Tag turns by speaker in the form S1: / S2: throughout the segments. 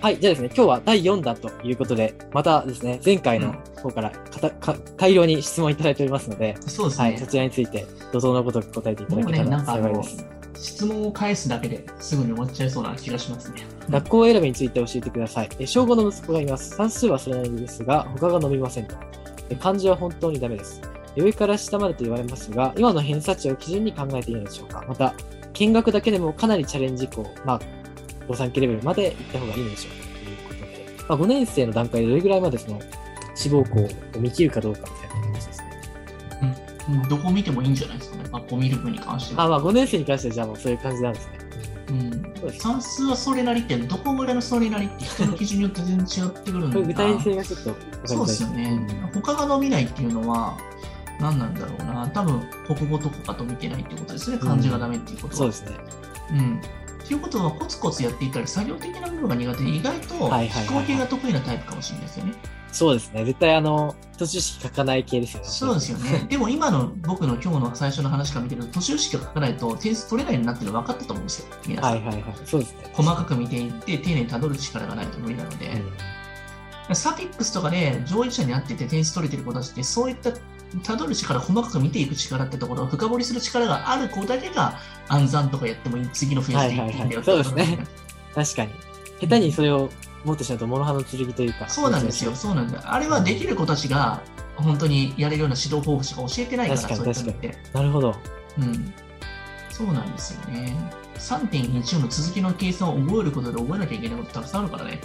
S1: はい、じゃあですね、今日は第4弾ということで、またですね、前回の方からかたか大量に質問いただいておりますので、
S2: そうです
S1: は
S2: ね。
S1: い、そちらについて、怒涛のごとく答えていただ
S2: もう
S1: けた
S2: ね、な
S1: ら
S2: んかあ
S1: 幸い
S2: の
S1: です。
S2: 質問を返すだけですぐに終わっちゃいそうな気がしますね。
S1: 学校選びについて教えてください。え小5の息子がいます。算数はそれなりですが、他が伸びませんと。え漢字は本当にダメです。上から下までと言われますが、今の偏差値を基準に考えていいのでしょうかまた、見学だけでもかなりチャレンジ項、まあ、御三家レベルまで行った方がいいのでしょうかということで、まあ、5年生の段階でどれぐらいまでその志望校を見切るかどうかみたいな話ですね。
S2: うんどこ見てもいいんじゃないですかね。学校見る分に関して
S1: あ、
S2: は。
S1: まあ5年生に関してはじゃあもうそういう感じなんですね。
S2: うん
S1: そうで。す
S2: 算数はそれなりって、どこぐらいのそれなりって人の基準によって全然違ってくるん
S1: こ
S2: だ
S1: れ具体性がちょっとわかりづらい
S2: そうですよね。他が伸びないっていうのは、何なんだろうな。多分、国語とかかと見てないってことですね。漢字がダメっていうこと
S1: そう
S2: は。
S1: ですね。
S2: うん。っていうことは、コツコツやっていったら、作業的な部分が苦手で、意外と思
S1: はいはいはい
S2: 考系が得意なタイプかもしれないですよね。
S1: そうですね。絶対あの、途中式書かない系ですよね。
S2: そうですよね。でも今の僕の今日の最初の話から見てると、年式を書かないと点数取れないようになってるの分かったと思うんですよ、皆さん。
S1: はいはいはい。そうですね。
S2: 細かく見ていって、丁寧にたどる力がないと無理なので、サティックスとかで上位者に合ってて点数取れてる子たちって、そういったたどる力、細かく見ていく力ってところを深掘りする力がある子だけが暗算とかやってもいい、次のフェーズでいっていいんだよって
S1: はい
S2: こ
S1: はいはい
S2: と
S1: そうでね
S2: なんですすね。
S1: 確かに。下手にそれを持ってしまうと、物葉の剣というか。
S2: そうなんですよ、。そうなんです。あれはできる子たちが本当にやれるような指導方法しか教えてないから、
S1: 確かに
S2: そういったのって。
S1: なるほど。
S2: うん、そうなんですよね。3.14の続きの計算を覚えることで覚えなきゃいけないことたくさんあるからね。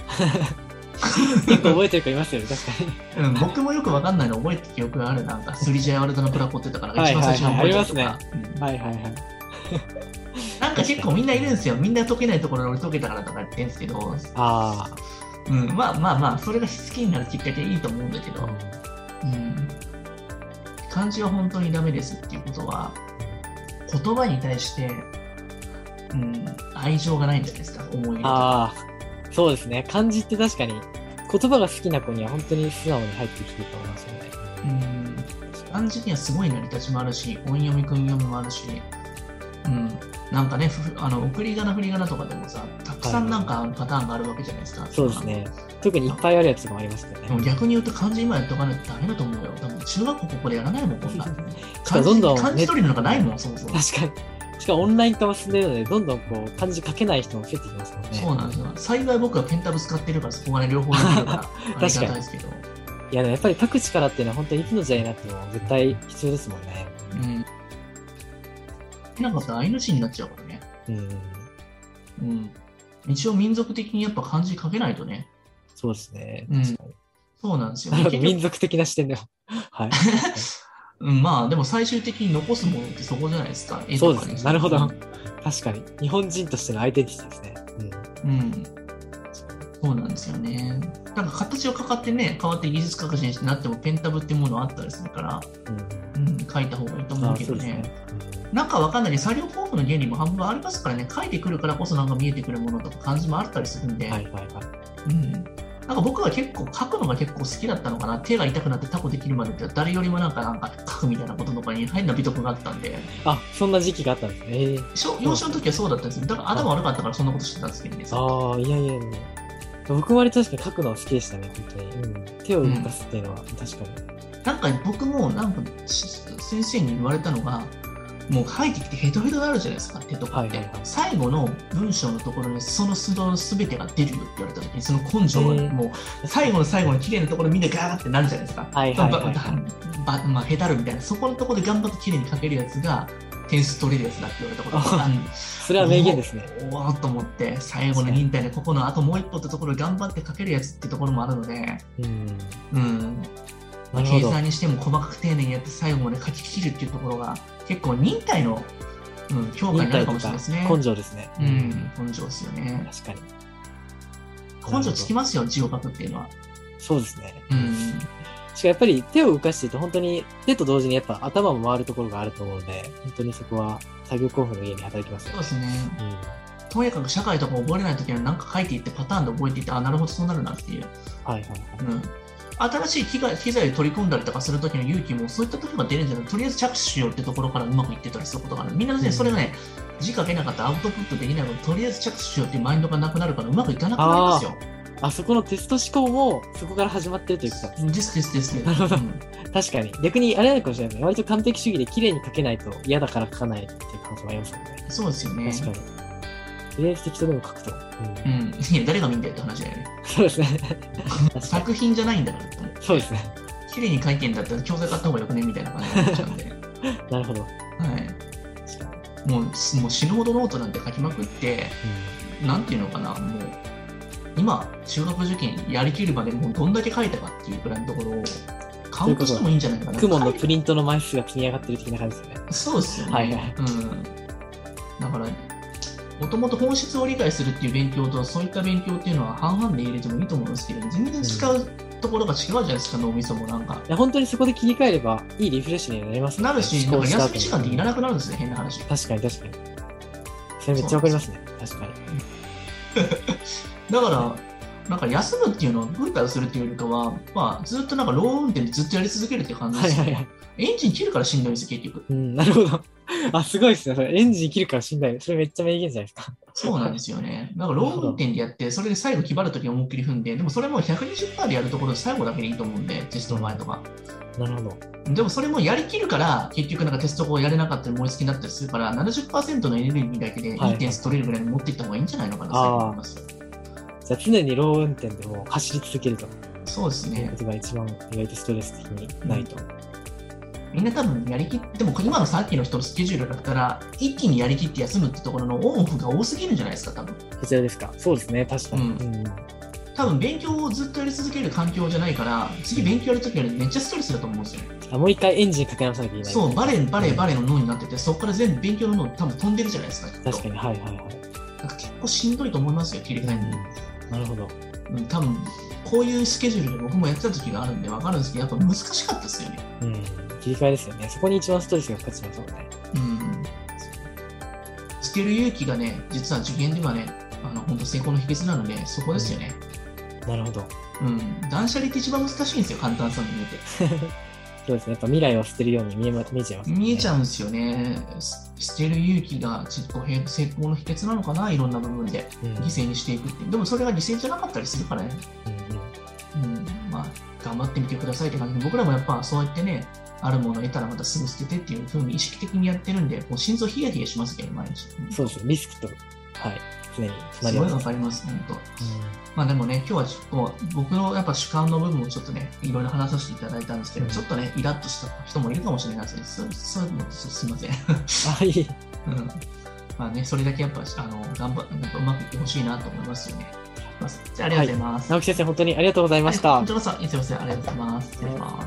S1: 結構覚えてる子いますよね、確か
S2: うん、僕もよくわかんないの覚えて記憶がある。なんか、スリジャイワルドのプラコってたから、
S1: はい
S2: 一番最初に覚えて
S1: はいはいあ
S2: たとか。うん
S1: に。はいはいはい。
S2: なんか結構みんないるんですよ。みんな解けないところで俺解けたからとか言ってんですけど、
S1: あ
S2: うん、まあまあまあ、それが好きになるきっかけでいいと思うんだけ
S1: あ。
S2: ど、うん、漢字は本当にダメですっていうことは、言葉に対して、うん、愛情がないんじゃないですか、思い入れとか
S1: ああ。そうですね。漢字って確かに、言葉が好きな子には本当に素直に入ってきてると思いますよね。
S2: うん漢字にはすごい成り立ちもあるし、音読み、訓読みもあるし、うん、なんかね、ふあの送り仮名、振り仮名とかでもさ、たくさんなんかパターンがあるわけじゃないですか。
S1: そうですね。特にいっぱいあるやつもありますよ
S2: でも
S1: ね。
S2: 逆に言うと漢字今やっとかないとダメだと思うよ。多分中学校ここでやらないも ん、こんな。
S1: しかもどんどんね
S2: 漢字漢字取りなんかないもん、そもそも。
S1: 確かに。しかもオンライン化も進んでるので、どんどんこう、漢字書けない人も増えてきますもんね。
S2: そうなんですよ。幸い僕はペンタブ使ってるから、そこまで両方で きるから、ありがたいですけど。
S1: いや、でもやっぱり書く力っていうのは本当にいつの時代になっても絶対必要ですもんね。
S2: うん。なんかさ、アイヌ人になっちゃうからね。
S1: うん。
S2: うん。一応民族的にやっぱ漢字書けないとね。
S1: そうですね。
S2: うん
S1: 確かに
S2: そうなんですよ。
S1: なるほ
S2: 結
S1: ど、
S2: 局
S1: 民族的な視点でも。はい。
S2: うん、まあでも最終的に残すものってそこじゃないですか。絵
S1: そ
S2: と
S1: うで
S2: か
S1: す
S2: に
S1: ね。
S2: して
S1: なるほど。確かに。日本人としてのアイデンティティですね。うん。
S2: うん。そうなんですよね。なんか形をかかってね、変わって技術革新になってもペンタブってものあったりするから、うん、書いた方がいいと
S1: うん、
S2: 思うけどね。。なんかわかんないけど作業方法の原理も半分ありますからね、書いてくるからこそなんか見えてくるものとか漢字もあったりするんで、
S1: うんはいはいはい。
S2: うん。なんか僕は結構書くのが結構好きだったのかな、手が痛くなってタコできるまでって誰よりもなんかなんか書くみたいなこととかに変な美徳があったんで。
S1: あ、そんな時期があったんですね。ええ
S2: 小幼少の時はそうだったんですよ。だから頭悪かったからそんなことしてたんですけどね。
S1: ああ、いやいやいや。僕もあれ確かに書くのは好きでしたね、本当に。うん、手を動かすっていうのは確かに。
S2: なんか僕もなんかし先生に言われたのが、もう書いてきてヘトヘトになるじゃないですか、手とかって。
S1: はいはいはい
S2: 最後の文章のところにその素の全てが出るよって言われた時に、その根性が
S1: へー
S2: もう最後の最後の綺麗なところみんなガーってなるじゃないですか。
S1: はいはいはいはい
S2: ばばまあ、ヘタるみたいな、そこのところで頑張って綺麗に書けるやつが点数取れるやつだって言われたことがあるんで
S1: それは名言ですね。
S2: おおーっと思って最後の忍耐でここのあともう一歩ってところで頑張ってかけるやつってところもあるので、
S1: うん。
S2: うん、
S1: なるほ
S2: 計
S1: ど。
S2: 算にしても細かく丁寧にやって最後まで書き切るっていうところが結構忍耐の、うん、評価になるかもしれないですね。
S1: 根性ですね。
S2: うん、根性ですよね。
S1: 確かに。
S2: 根性つきますよ、字を書くっていうのは。
S1: そうですね。
S2: うん、
S1: しかもやっぱり手を動かしてると本当に手と同時にやっぱ頭も回るところがあると思うので、本当にそこは作業興奮の家に働きますよ
S2: そう。ですね。
S1: うん
S2: とにかく社会とか覚えれないときは何か書いていってパターンで覚えていって、あ、なるほど、そうなるなっていう。
S1: はいはいはい。
S2: うん新しい機材機材を取り込んだりとかするときの勇気もそういったときが出るんじゃないとりあえず着手しようってところからうまくいってたりすることがあるみんなね、
S1: うん
S2: それがね字書けなかったアウトプットできないのとりあえず着手しようっていうマインドがなくなるからうまくいかなくなりますよ
S1: あそこのテスト思考もそこから始まってるということなんですね
S2: ですですです。
S1: なるほど
S2: うん
S1: 確かに。逆にあれなのかもしれないね。割と完璧主義で綺麗に書けないと嫌だから書かないっていう感じもありますもんね。
S2: そうですよね。
S1: 確かに。とりあえず適当でも書くと。
S2: う
S1: うん
S2: ん。いや、誰が見んだよって話だよね。
S1: そうですね。 確かに。
S2: 作品じゃないんだからと思う。
S1: そうですね。
S2: 綺麗に書いてんだったら教材買った方がよくねみたいな感じになっちゃうんで。は
S1: なるほど。確かに。
S2: い。もう、すもう死ぬほどノートなんて書きまくって、なんていうのかな、もう、今、中学受験やりきるまでもうどんだけ書いたかっていうくらいのところを、カウントしてもいいんじゃないかな。
S1: クモンのプリントの枚数が積み上がってる的な感じですよね。
S2: そうですよね。
S1: はいはい
S2: うん。だから、もともと本質を理解するっていう勉強と、そういった勉強っていうのは半々で入れてもいいと思うんですけど、全然使うところが違うじゃないですか、脳みそもなんか。
S1: いや本当にそこで切り替えればいいリフレッシュにはなりますね
S2: なるし、なん
S1: 思考
S2: か
S1: した後
S2: 休み時間っていらなくなるんですよ、変な話。
S1: 確かに確かに。それめっちゃわかりますね。確かに。
S2: だから、なんか休むっていうのを軍隊をするっていうよりかは、まあ、ずっとなんかロー運転でずっとやり続けるって感じ
S1: は
S2: で
S1: い
S2: すよ、
S1: はいはい。
S2: エンジン切るからしんどいんですよ、結局。
S1: うん、なるほど。あ、すごいですね。それエンジン切るから死んだよ。それめっちゃ名言じゃないですか。
S2: そうなんですよね。だからロー運転でやって、それで最後、決まるとき思いっきり踏んで、でもそれも120%でやるところで最後だけでいいと思うんで、テストの前とか。
S1: なるほど。
S2: でもそれもやりきるから、結局なんかテストをやれなかったり燃え尽きになったりするから、70%のエネルギーだけで
S1: はい
S2: いい点数取れるぐらいに持っていった方がいいんじゃないのかな
S1: あー
S2: と思いますよ。
S1: じゃあ常にロー運転でも走り続けると
S2: そうです
S1: いう
S2: ね
S1: こ。とが一番意外とストレス的にないと。
S2: みんな多分やりきって、でも今のさっきの人のスケジュールだったら、一気にやりきって休むってところのオンオフが多すぎるんじゃないですか、多分。
S1: こちらですか。そうですね。確かに。
S2: うん
S1: うん
S2: 多分勉強をずっとやり続ける環境じゃないから、次勉強やるときよりめっちゃストレスだと思うんですよ。
S1: あもう一回エンジンかけ直さなきゃいけない。
S2: そう、バレー、バレー、バレーの脳になってて、そこから全部勉強の脳多分飛んでるじゃないですか、きっと
S1: 確かに。はいはいはい。
S2: なんか結構しんどいと思いますよ、切り替えに。
S1: なるほど。
S2: うん、多分こういうスケジュールで僕もやってた時があるんで分かるんですけど、やっぱ難しかったですよね。
S1: うん。切り替えですよね。そこに一番ストレスがかかってしまうもんね。
S2: うん。捨てる勇気がね、実は受験ではね、あの本当成功の秘訣なので、そこですよね。
S1: なるほど。
S2: うん。断捨離って一番難しいんですよ、簡単そうに見えて。
S1: そうですね。やっぱ未来を捨てるように見え,、ま、見えちゃいます、
S2: 見えち
S1: ゃ
S2: ゃうんですよね。す捨てる勇気がちっとへ成功の秘訣なのかな、いろんな部分で。
S1: うん。うん
S2: 犠牲にしていくって。でもそれが犠牲じゃなかったりするからね。
S1: うん
S2: うん、まあ、頑張ってみてくださいって感じで、僕らもやっぱそうやってね、あるものを得たらまたすぐ捨ててっていうふうに意識的にやってるんで、もう心臓ヒヤヒヤしますけど、毎日。
S1: そうですね。リスクと、はい。常に
S2: す
S1: 隣り合
S2: ご
S1: わ
S2: い
S1: せ
S2: わかります、本当。まあでもね、今日はちょっと僕のやっぱ主観の部分をちょっとね、いろいろ話させていただいたんですけど、
S1: うん
S2: ちょっとね、イラッとした人もいるかもしれないですね。そうそういうのすすいません。
S1: うんあ、いい。
S2: うんまあね、それだけやっぱ、あの、頑張なんかうまくいってほしいなと思いますよね。まあじゃあありがとうございます。
S1: 直木先生、本当にありがとうございました
S2: 本。当ださんいつもすいませんありがとうございます。失礼します。